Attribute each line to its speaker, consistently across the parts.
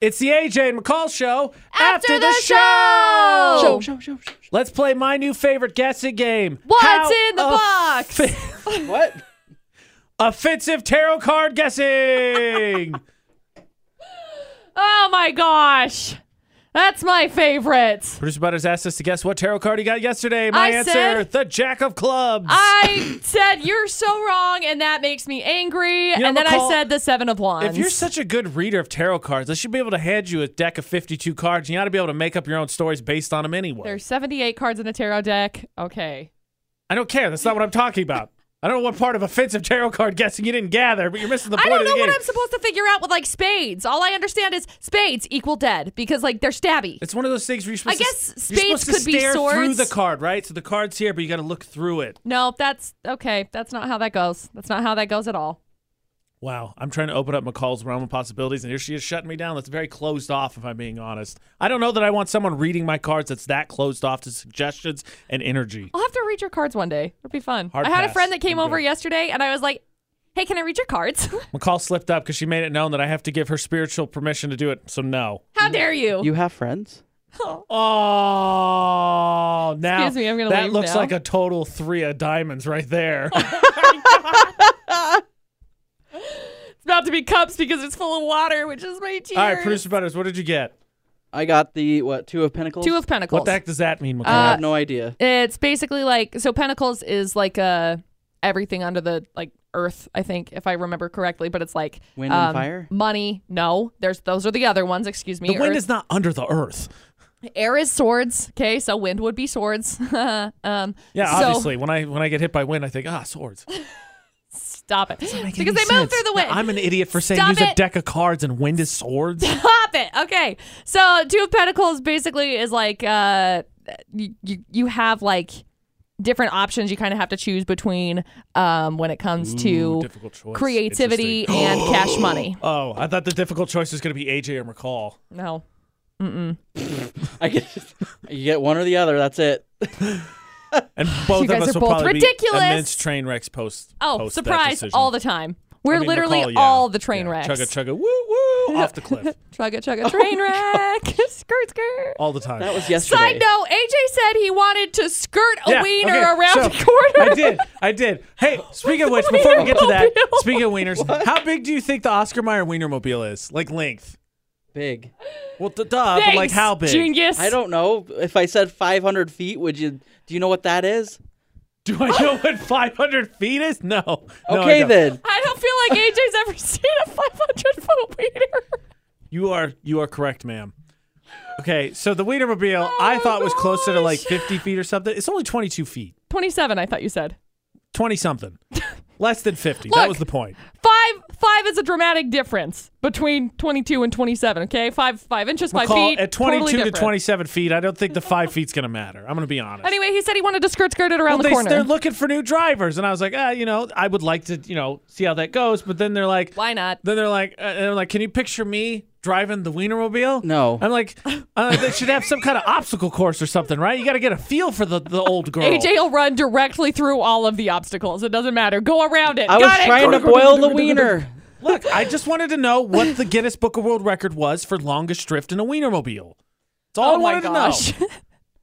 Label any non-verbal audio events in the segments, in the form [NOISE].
Speaker 1: It's the AJ and McCall show
Speaker 2: After the show!
Speaker 3: Oh.
Speaker 2: Show, show,
Speaker 1: Let's play my new favorite guessing game.
Speaker 2: What's
Speaker 1: How
Speaker 2: in the
Speaker 1: a
Speaker 2: box?
Speaker 1: fi- [LAUGHS]
Speaker 3: What?
Speaker 1: offensive tarot card
Speaker 2: [LAUGHS]
Speaker 1: guessing.
Speaker 2: [LAUGHS] Oh my gosh. That's my favorite.
Speaker 1: Producer Butters asked us to guess what tarot card he got yesterday. My
Speaker 2: I
Speaker 1: answer:
Speaker 2: said-
Speaker 1: the Jack of Clubs. [COUGHS]
Speaker 2: I said you're so wrong and that makes me angry.
Speaker 1: know,
Speaker 2: and then
Speaker 1: McCall,
Speaker 2: I said the 7 of wands.
Speaker 1: if you're such a good reader of tarot cards, they should be able to hand you a deck of 52 cards. You ought to be able to make up your own stories based on them anyway.
Speaker 2: There's 78 cards in a tarot deck. Okay.
Speaker 1: I don't care. That's not what I'm talking about. I don't know what part of offensive tarot card guessing you didn't gather, but you're missing the point
Speaker 2: I don't
Speaker 1: of the
Speaker 2: know what
Speaker 1: game.
Speaker 2: I'm supposed to figure out with like spades. All I understand is spades equal dead because like they're stabby.
Speaker 1: It's one of those things where you're supposed to,
Speaker 2: I guess
Speaker 1: you're
Speaker 2: spades
Speaker 1: supposed to
Speaker 2: could be
Speaker 1: stare through
Speaker 2: swords.
Speaker 1: the card, right? So the card's here, but you got to look through it.
Speaker 2: no, that's okay. That's not how that goes. That's not how that goes at all.
Speaker 1: Wow, I'm trying to open up McCall's realm of possibilities, and here she is shutting me down. That's very closed off, if I'm being honest. I don't know that I want someone reading my cards that's that closed off to suggestions and energy.
Speaker 2: I'll have to read your cards one day. It'll be fun.
Speaker 1: Hard
Speaker 2: I had
Speaker 1: pass.
Speaker 2: a friend that came
Speaker 1: I'm
Speaker 2: over
Speaker 1: good.
Speaker 2: yesterday and I was like, "Hey, can I read your cards?" [LAUGHS]
Speaker 1: McCall slipped up because she made it known that I have to give her spiritual permission to do it. So no.
Speaker 2: how dare you?
Speaker 3: You have friends?
Speaker 1: Oh, now
Speaker 2: Excuse me, I'm gonna
Speaker 1: that
Speaker 2: leave
Speaker 1: looks
Speaker 2: now.
Speaker 1: like a total three of diamonds right there.
Speaker 2: [LAUGHS] It's about to be cups because it's full of water, which is my tears.
Speaker 1: All right, producer Butters, what did you get?
Speaker 3: I got the what? Two of Pentacles.
Speaker 2: Two of Pentacles.
Speaker 1: What the heck does that mean, McCall?
Speaker 3: I
Speaker 2: Uh,
Speaker 3: have no idea.
Speaker 2: It's basically like so. Pentacles is like uh everything under the like earth. I think if I remember correctly, but it's like um,
Speaker 3: Wind and fire?
Speaker 2: money. No, there's those are the other ones. Excuse me.
Speaker 1: the wind
Speaker 2: Earth-
Speaker 1: is not under the earth.
Speaker 2: air is swords. Okay, so wind would be swords. [LAUGHS] um,
Speaker 1: Yeah,
Speaker 2: so-
Speaker 1: obviously. When I when I get hit by wind, I think ah
Speaker 2: [LAUGHS]
Speaker 1: swords.
Speaker 2: Stop it. Because they move through the wind.
Speaker 1: I'm an idiot for saying
Speaker 2: Stop
Speaker 1: use a
Speaker 2: it.
Speaker 1: deck of cards and wind is swords.
Speaker 2: Stop it. Okay. So two of pentacles basically is like uh you you, you have like different options you kind of have to choose between um when it comes
Speaker 1: Ooh,
Speaker 2: to
Speaker 1: difficult choice.
Speaker 2: creativity
Speaker 1: Interesting. [GASPS]
Speaker 2: and cash money.
Speaker 1: Oh, I thought the difficult choice was going to be AJ or McCall.
Speaker 2: No.
Speaker 3: I get. [LAUGHS] you get one or the other. That's it.
Speaker 2: [SIGHS]
Speaker 1: And both of
Speaker 2: guys
Speaker 1: us
Speaker 2: are
Speaker 1: will
Speaker 2: both
Speaker 1: probably
Speaker 2: ridiculous.
Speaker 1: be immense train wrecks post.
Speaker 2: Oh,
Speaker 1: post that
Speaker 2: surprise
Speaker 1: decision.
Speaker 2: all the time. We're
Speaker 1: I mean,
Speaker 2: literally
Speaker 1: McCall, yeah.
Speaker 2: all the train
Speaker 1: Yeah.
Speaker 2: wrecks.
Speaker 1: Chugga chugga woo woo off the
Speaker 2: [LAUGHS]
Speaker 1: cliff
Speaker 2: chugga chugga train wreck. [LAUGHS] skirt skirt.
Speaker 1: all the time.
Speaker 3: That was yesterday.
Speaker 2: Side note, AJ said he wanted to skirt a
Speaker 1: Yeah,
Speaker 2: wiener
Speaker 1: okay,
Speaker 2: around
Speaker 1: so,
Speaker 2: the corner.
Speaker 1: I did. I did.
Speaker 2: [LAUGHS]
Speaker 1: Hey, speaking of which, before we get to that,
Speaker 2: Wienermobile.
Speaker 1: speaking of wieners, how big do you think the Oscar Mayer wienermobile is? Like length?
Speaker 3: Big.
Speaker 1: Well, d- duh, but like
Speaker 2: Thanks,
Speaker 1: how big?
Speaker 2: Genius.
Speaker 3: I don't know. If I said 500 feet, would you? Do you know what that is?
Speaker 1: [LAUGHS] Do I know what 500 feet is? No. No, I
Speaker 3: okay
Speaker 1: don't.
Speaker 3: then.
Speaker 2: I don't feel like AJ's ever [LAUGHS] seen a 500 foot wiener.
Speaker 1: You are you are correct, ma'am. Okay, so the Wienermobile I
Speaker 2: my
Speaker 1: thought was closer to like
Speaker 2: Oh, gosh.
Speaker 1: 50 feet or something. It's only 22 feet,
Speaker 2: 27, I thought you said.
Speaker 1: 20
Speaker 2: [LAUGHS]
Speaker 1: something, less than 50. that
Speaker 2: Look.
Speaker 1: was the point.
Speaker 2: Five, five is a dramatic difference between 22 and 27. Okay, five, five inches, five
Speaker 1: McCall,
Speaker 2: feet.
Speaker 1: at 22
Speaker 2: totally
Speaker 1: to
Speaker 2: different.
Speaker 1: 27 feet, I don't think the five feet's gonna matter. I'm gonna be honest.
Speaker 2: Anyway, he said he wanted to skirt skirt it
Speaker 1: Well,
Speaker 2: around the
Speaker 1: they, they're
Speaker 2: corner.
Speaker 1: looking for new drivers, and I was like, ah, you know, I would like to, you know, see how that goes. But then they're like,
Speaker 2: Why not?
Speaker 1: Then they're like, uh, and I'm like, can you picture me driving the Wienermobile?
Speaker 3: No.
Speaker 1: I'm like, uh, they should have some kind of obstacle course or something, right? You got to get a feel for the the old girl.
Speaker 2: AJ will run directly through all of the obstacles. It doesn't matter. Go around it.
Speaker 3: I
Speaker 2: Got
Speaker 3: was
Speaker 2: it.
Speaker 3: trying to
Speaker 2: [LAUGHS]
Speaker 3: boil the wiener.
Speaker 1: Look, I just wanted to know what the Guinness Book of World Record was for longest drift in a Wienermobile. That's all I
Speaker 2: Oh my
Speaker 1: wanted
Speaker 2: gosh. [LAUGHS]
Speaker 1: to know.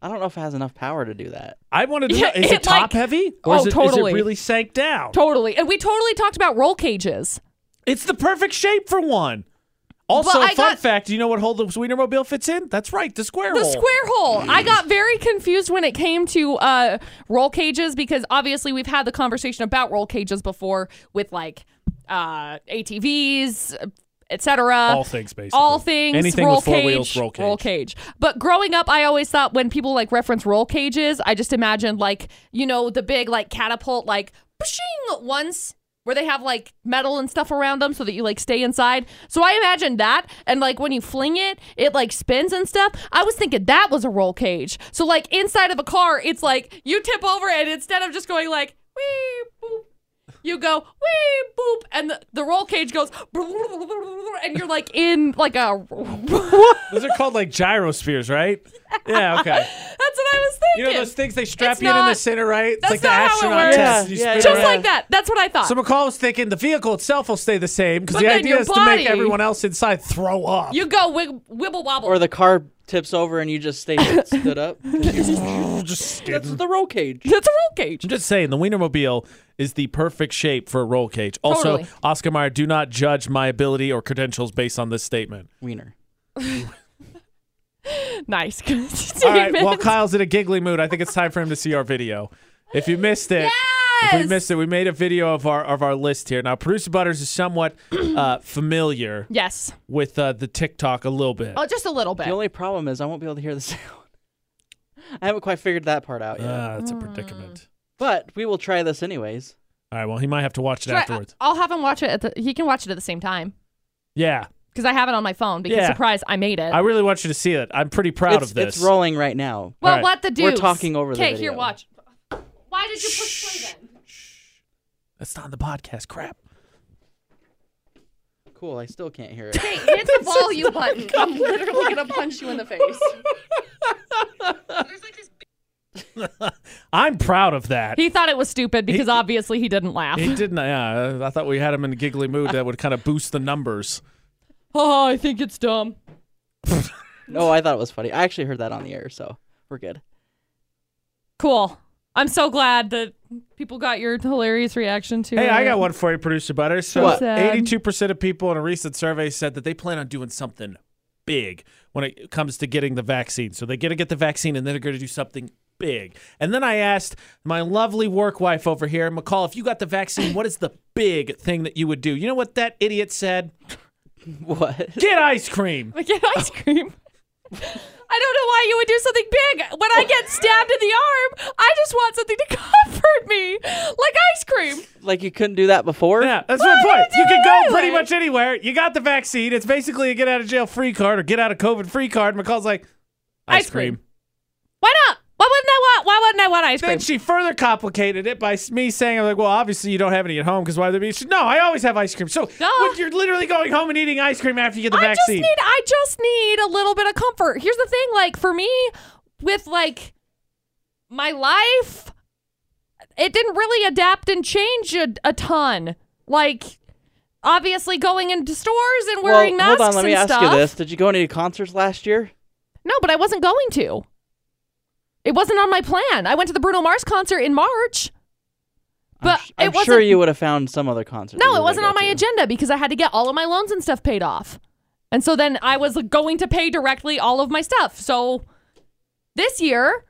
Speaker 3: I don't know if it has enough power to do that.
Speaker 1: I wanted to
Speaker 2: Yeah,
Speaker 1: know: is it,
Speaker 2: it, like-
Speaker 1: top heavy, or
Speaker 2: Oh,
Speaker 1: is, it, is
Speaker 2: totally.
Speaker 1: it really sank down?
Speaker 2: totally. And we totally talked about roll cages.
Speaker 1: It's the perfect shape for one. Also,
Speaker 2: But I
Speaker 1: fun
Speaker 2: got-
Speaker 1: fact: do you know what hole the Wienermobile fits in? That's right, the square
Speaker 2: The
Speaker 1: hole.
Speaker 2: square hole. I got very confused when it came to uh, roll cages because obviously we've had the conversation about roll cages before with like uh, ATVs, etc.
Speaker 1: All things, basically.
Speaker 2: All things.
Speaker 1: Anything
Speaker 2: roll
Speaker 1: with four
Speaker 2: cage,
Speaker 1: wheels, roll cage.
Speaker 2: But growing up, I always thought when people like reference roll cages, I just imagined like you know the big like catapult like pushing once. Where they have like metal and stuff around them so that you like stay inside. So I imagined that. And like when you fling it, it like spins and stuff. I was thinking that was a roll cage. So like inside of a car, it's like you tip over and instead of just going like, wee, boop, you go wee boop, and the, the roll cage goes, and you're like in like a. [LAUGHS]
Speaker 1: Those are called like gyrospheres, right? Yeah, okay.
Speaker 2: That's what I was thinking.
Speaker 1: You know those things they strap
Speaker 2: It's
Speaker 1: you in in the
Speaker 2: not-
Speaker 1: center, right? It's
Speaker 2: that's
Speaker 1: like the
Speaker 2: not how it
Speaker 1: astronaut
Speaker 2: works.
Speaker 1: test. You
Speaker 3: Yeah,
Speaker 1: spin
Speaker 3: yeah,
Speaker 2: Just
Speaker 1: around.
Speaker 3: yeah.
Speaker 2: like that. That's what I thought.
Speaker 1: So McCall was thinking the vehicle itself will stay the same because
Speaker 2: But
Speaker 1: the
Speaker 2: then
Speaker 1: idea
Speaker 2: your
Speaker 1: is to make
Speaker 2: body-
Speaker 1: everyone else inside throw up.
Speaker 2: you go wig, wibble wobble.
Speaker 3: Or the car tips over and you
Speaker 2: [LAUGHS]
Speaker 3: just stay stood up.
Speaker 1: [LAUGHS] just
Speaker 3: That's the roll cage.
Speaker 2: it's a roll cage.
Speaker 1: I'm just saying the Wienermobile is the perfect shape for a roll cage. Also,
Speaker 2: Totally.
Speaker 1: Oscar Mayer, do not judge my ability or credentials based on this statement.
Speaker 3: Wiener.
Speaker 2: Nice. [LAUGHS]
Speaker 1: All right, while Kyle's in a giggly mood, I think it's time for him to see our video. If you missed it, if
Speaker 2: Yes!
Speaker 1: we missed it, we made a video of our of our list here. Now, producer Butters is
Speaker 2: [CLEARS THROAT]
Speaker 1: somewhat uh, familiar
Speaker 2: yes.
Speaker 1: with uh, the TikTok a little bit.
Speaker 2: Oh, just a little
Speaker 3: The
Speaker 2: bit.
Speaker 3: only problem is I won't be able to hear the [LAUGHS] sound. I haven't quite figured that part out yet.
Speaker 1: Ah, that's a predicament.
Speaker 3: but we will try this anyways.
Speaker 1: All right, well, he might have to watch it
Speaker 2: Try- uh,
Speaker 1: afterwards.
Speaker 2: I'll have him watch it. At the, he can watch it at the same time
Speaker 1: Yeah,
Speaker 2: because I have it on my phone. Because
Speaker 1: Yeah.
Speaker 2: surprise, I made it.
Speaker 1: I really want you to see it. I'm pretty proud
Speaker 3: it's,
Speaker 1: of this.
Speaker 3: it's rolling right now.
Speaker 2: well,
Speaker 1: All right.
Speaker 2: let the do.
Speaker 3: We're talking over the
Speaker 2: Okay,
Speaker 3: video.
Speaker 2: here, watch. Why did you push play
Speaker 1: [LAUGHS]
Speaker 2: then?
Speaker 1: That's not in the podcast. Crap.
Speaker 3: Cool. I still can't hear it.
Speaker 2: Hey, hit the volume button. I'm literally gonna punch you in the face.
Speaker 1: I'm proud of that.
Speaker 2: He thought it was stupid because obviously he didn't laugh.
Speaker 1: He didn't. Yeah, I thought we had him in a giggly mood that would kind of boost the numbers.
Speaker 2: [LAUGHS] oh, I think it's dumb.
Speaker 3: [LAUGHS] No, I thought it was funny. I actually heard that on the air, so we're good. [LAUGHS]
Speaker 2: Cool. I'm so glad that people got your hilarious reaction to uh, it.
Speaker 1: Hey, I got one for you, producer Butter. So,
Speaker 2: What? Sad.
Speaker 1: eighty-two percent of people in a recent survey said that they plan on doing something big when it comes to getting the vaccine. So they're going to get the vaccine, and then they're going to do something big. And then I asked my lovely work wife over here, McCall, if you got the vaccine, what is the big thing that you would do? You know what that idiot said?
Speaker 3: What?
Speaker 1: Get ice cream.
Speaker 2: I [LAUGHS] get ice cream. I don't know why you would do something big. When I get stabbed in the arm, I just want something to [LAUGHS] comfort me, like ice cream.
Speaker 3: Like you couldn't do that before?
Speaker 1: Yeah, that's
Speaker 2: Well,
Speaker 1: my
Speaker 2: I'm
Speaker 1: point.
Speaker 2: gonna do
Speaker 1: You can
Speaker 2: it
Speaker 1: go pretty
Speaker 2: anyway.
Speaker 1: much anywhere. You got the vaccine. It's basically a get out of jail free card or get out of COVID free card. McCall's like, ice,
Speaker 2: Ice
Speaker 1: cream.
Speaker 2: cream. Why not? Why wouldn't I want? Why wouldn't I want ice
Speaker 1: Then
Speaker 2: cream?
Speaker 1: she further complicated it by me saying, I'm like, well, obviously you don't have any at home because why would there be? She, no, I always have ice cream. So
Speaker 2: Duh.
Speaker 1: when you're literally going home and eating ice cream after you get the
Speaker 2: I just
Speaker 1: vaccine.
Speaker 2: need. I just need a little bit of comfort. Here's the thing. Like for me, with like my life, it didn't really adapt and change a, a ton. Like obviously going into stores and
Speaker 3: Well,
Speaker 2: wearing masks
Speaker 3: hold on. Let me
Speaker 2: and
Speaker 3: ask
Speaker 2: stuff.
Speaker 3: you this: Did you go to any concerts last year?
Speaker 2: No, but I wasn't going to. It wasn't on my plan. I went to the Bruno Mars concert in March. But
Speaker 3: I'm, sh-
Speaker 2: it
Speaker 3: I'm
Speaker 2: wasn't
Speaker 3: sure you would have found some other concert.
Speaker 2: No, it wasn't on my agenda because I had to get all of my loans and stuff paid off. And so then I was going to pay directly all of my stuff. So this year,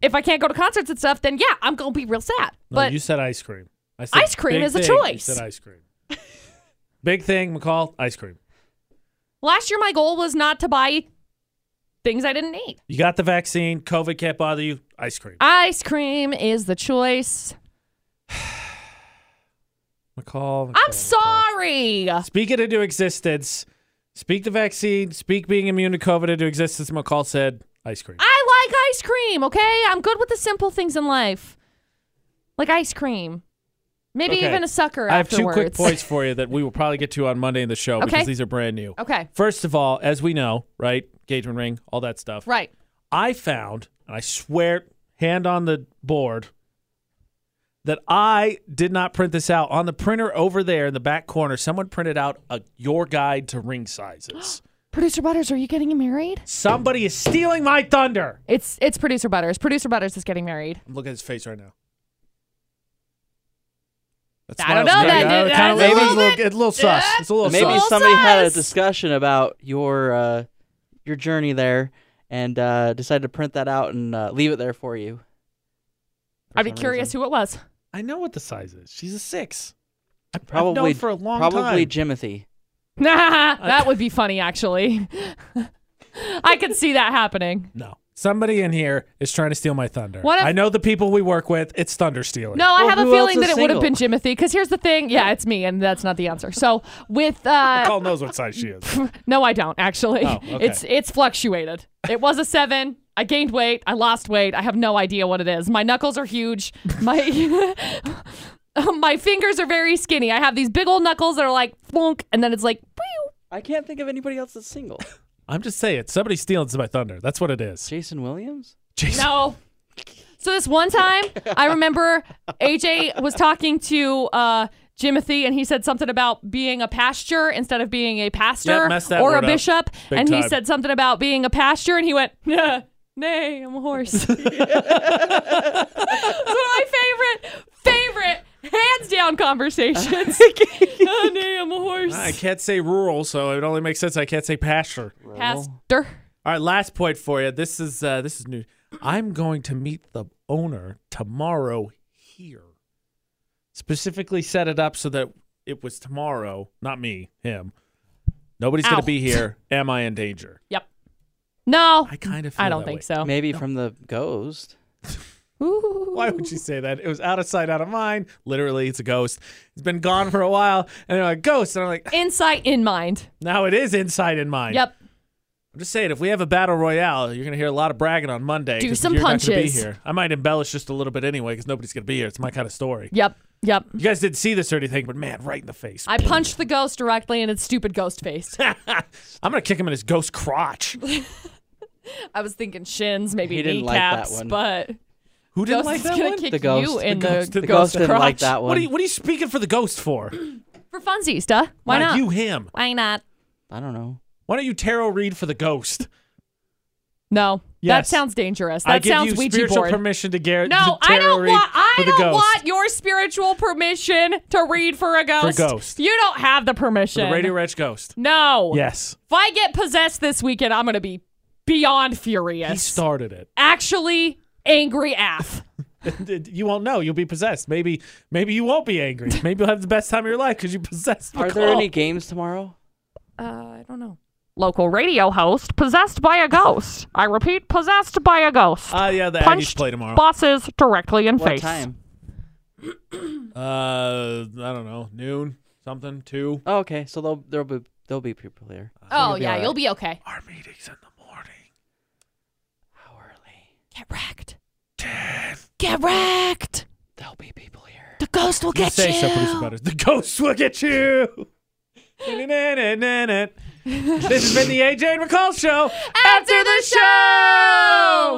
Speaker 2: if I can't go to concerts and stuff, then yeah, I'm going to be real sad. but
Speaker 1: said ice cream. I
Speaker 2: said Ice cream big is a thing. You choice. said
Speaker 1: ice cream. [LAUGHS] big thing, McCall, ice cream.
Speaker 2: last year my goal was not to buy things I didn't need.
Speaker 1: You got the vaccine. COVID can't bother you. Ice cream.
Speaker 2: Ice cream is the choice.
Speaker 1: McCall.
Speaker 2: I'm sorry.
Speaker 1: Speak it into existence. Speak the vaccine. Speak being immune to COVID into existence. McCall said ice cream.
Speaker 2: I like ice cream, okay? I'm good with the simple things in life. Like ice cream. Maybe
Speaker 1: Okay.
Speaker 2: even a sucker
Speaker 1: I have two
Speaker 2: afterwards.
Speaker 1: quick points for you that we will probably get to on Monday in the show because
Speaker 2: [LAUGHS] Okay.
Speaker 1: these are brand new.
Speaker 2: [LAUGHS] Okay.
Speaker 1: First of all, as we know, right? Engagement ring, all that stuff.
Speaker 2: Right.
Speaker 1: I found, and I swear, hand on the board, that I did not print this out. On the printer over there in the back corner, someone printed out a your guide to ring
Speaker 2: [GASPS]
Speaker 1: sizes.
Speaker 2: Producer Butters, are you getting married?
Speaker 1: Somebody is stealing my thunder.
Speaker 2: It's it's producer Butters. Producer Butters is getting married.
Speaker 1: I'm looking at his face right now. That
Speaker 2: I don't
Speaker 1: smile's
Speaker 2: know, that
Speaker 1: big.
Speaker 2: did-
Speaker 1: It kinda
Speaker 2: that's a
Speaker 1: looks-
Speaker 2: little
Speaker 1: it's a little sus. It's a little
Speaker 3: Maybe
Speaker 1: sus.
Speaker 2: Soul
Speaker 3: somebody had a
Speaker 2: size.
Speaker 3: discussion about your uh, your journey there and uh, decided to print that out and uh, leave it there for you. For
Speaker 2: I'd be
Speaker 3: some
Speaker 2: curious
Speaker 3: reason.
Speaker 2: who it was. [LAUGHS]
Speaker 1: I know what the size is. She's a six. I've
Speaker 3: Probably
Speaker 1: known for a long
Speaker 3: probably
Speaker 1: time.
Speaker 3: Jimothy.
Speaker 2: that would be funny actually. [LAUGHS] I could see that happening.
Speaker 1: No. Somebody in here is trying to steal my thunder.
Speaker 2: What if-
Speaker 1: I know the people we work with. It's thunder stealing.
Speaker 2: No, I
Speaker 3: Well,
Speaker 2: have a
Speaker 3: who else
Speaker 2: feeling that
Speaker 3: is
Speaker 2: it would have been Jimothy. Because here's the thing, yeah, it's me, and that's not the answer. So with uh,
Speaker 1: Paul knows what size she is.
Speaker 2: [LAUGHS] No, I don't actually. [LAUGHS]
Speaker 1: Oh, okay.
Speaker 2: It's it's fluctuated. It was a seven. I gained weight. I lost weight. I have no idea what it is. My [LAUGHS] knuckles are huge. My My fingers are very skinny. I have these big old knuckles that are like flunk, and then it's like, pew.
Speaker 3: I can't think of anybody else that's single.
Speaker 1: I'm just saying, somebody's stealing some of my thunder. That's what it is.
Speaker 3: Jason Williams?
Speaker 1: Jason,
Speaker 2: no. So this one time, I remember AJ was talking to uh, Jimothy, and he said something about being a pasture instead of being a pastor
Speaker 1: Yep, messed that
Speaker 2: or a
Speaker 1: word up.
Speaker 2: bishop,
Speaker 1: Big
Speaker 2: and he
Speaker 1: time.
Speaker 2: said something about being a pasture, and he went, [LAUGHS] "Nah, "Nay, I'm a horse." [LAUGHS] That's one of my favorite, favorite, hands down
Speaker 1: [LAUGHS]
Speaker 2: conversations. [LAUGHS] "Ah, nay, I'm a horse.
Speaker 1: I can't say rural, so it only makes sense. I can't say pasture.
Speaker 2: Pastor.
Speaker 1: All right, last point for you. This is uh, this is new. I'm going to meet the owner tomorrow here. Specifically set it up so that it was tomorrow, not me, him. Nobody's
Speaker 2: Ow.
Speaker 1: going to be here. Am I in danger?
Speaker 2: Yep. No,
Speaker 1: I kind of. Feel
Speaker 2: I don't
Speaker 1: that
Speaker 2: think
Speaker 1: way.
Speaker 2: so.
Speaker 3: Maybe from the ghost.
Speaker 2: Ooh.
Speaker 1: Why would you say that? It was out of sight, out of mind. Literally, it's a ghost. It's been gone for a while, and they're like ghost, and I'm like,
Speaker 2: Insight in mind.
Speaker 1: now it is inside in mind.
Speaker 2: Yep.
Speaker 1: I'm just saying, if we have a battle royale, you're gonna hear a lot of bragging on Monday.
Speaker 2: Do
Speaker 1: 'cause
Speaker 2: some
Speaker 1: you're Not gonna be
Speaker 2: punches.
Speaker 1: here. I might embellish just a little bit anyway, because nobody's gonna be here. It's my kind of story.
Speaker 2: Yep. Yep.
Speaker 1: You guys didn't see this or anything, but man, right in the face.
Speaker 2: I punched the ghost directly in its stupid ghost face.
Speaker 1: [LAUGHS]
Speaker 2: [LAUGHS]
Speaker 1: I'm gonna kick him in his ghost crotch.
Speaker 2: I was thinking shins, maybe
Speaker 3: He didn't like that
Speaker 2: kneecaps,
Speaker 3: one.
Speaker 2: but
Speaker 1: Who didn't
Speaker 2: ghost
Speaker 1: like
Speaker 2: is
Speaker 1: that
Speaker 2: gonna
Speaker 1: one?
Speaker 2: kick
Speaker 3: The ghost.
Speaker 2: you
Speaker 3: The
Speaker 2: in the,
Speaker 1: ghost. The
Speaker 3: The ghost
Speaker 1: ghost
Speaker 3: didn't like
Speaker 1: crotch.
Speaker 3: that one.
Speaker 1: What are you, what are you speaking for the ghost for?
Speaker 2: for funsies, duh. Why not?
Speaker 1: you him?
Speaker 2: Why not?
Speaker 3: I don't know.
Speaker 1: Why don't you tarot read for the ghost?
Speaker 2: No, that
Speaker 1: Yes.
Speaker 2: sounds dangerous.
Speaker 1: I
Speaker 2: That
Speaker 1: give
Speaker 2: sounds
Speaker 1: you
Speaker 2: Ouija
Speaker 1: spiritual
Speaker 2: board.
Speaker 1: permission to Garrett.
Speaker 2: no,
Speaker 1: to
Speaker 2: I
Speaker 1: tarot
Speaker 2: don't
Speaker 1: read
Speaker 2: want. I
Speaker 1: for the
Speaker 2: don't
Speaker 1: ghost.
Speaker 2: want your spiritual permission to read for a ghost.
Speaker 1: ghost.
Speaker 2: You don't have the
Speaker 1: For
Speaker 2: permission.
Speaker 1: the Radio Ranch ghost.
Speaker 2: no.
Speaker 1: Yes,
Speaker 2: If I get possessed this weekend, I'm gonna be beyond furious.
Speaker 1: he started it. [LAUGHS]
Speaker 2: Actually, angry af.
Speaker 1: you won't know. You'll be possessed. Maybe, maybe you won't be
Speaker 2: [LAUGHS]
Speaker 1: angry. Maybe you'll have the best time of your life because you possessed.
Speaker 3: Are there any games tomorrow?
Speaker 2: Uh, I don't know. Local radio host possessed by a ghost. I repeat, possessed by a ghost.
Speaker 1: Ah, yeah, the Aggies
Speaker 2: Punched
Speaker 1: play tomorrow.
Speaker 2: bosses directly in
Speaker 3: What
Speaker 2: face.
Speaker 3: time?
Speaker 1: uh, I don't know, noon, something, two.
Speaker 3: Oh, okay. So they'll there'll be there'll be people here.
Speaker 2: Oh
Speaker 1: be
Speaker 2: yeah,
Speaker 1: all right.
Speaker 2: you'll be okay.
Speaker 1: Our meetings in the morning.
Speaker 3: How early?
Speaker 2: Get wrecked. Get wrecked.
Speaker 3: There'll be people here.
Speaker 2: The ghost will
Speaker 1: You
Speaker 2: get
Speaker 1: say
Speaker 2: you.
Speaker 1: so, producer Butters. The ghosts will get
Speaker 2: [LAUGHS]
Speaker 1: you. Na-na-na-na-na. this has been the AJ and McCall Show.
Speaker 2: After the show.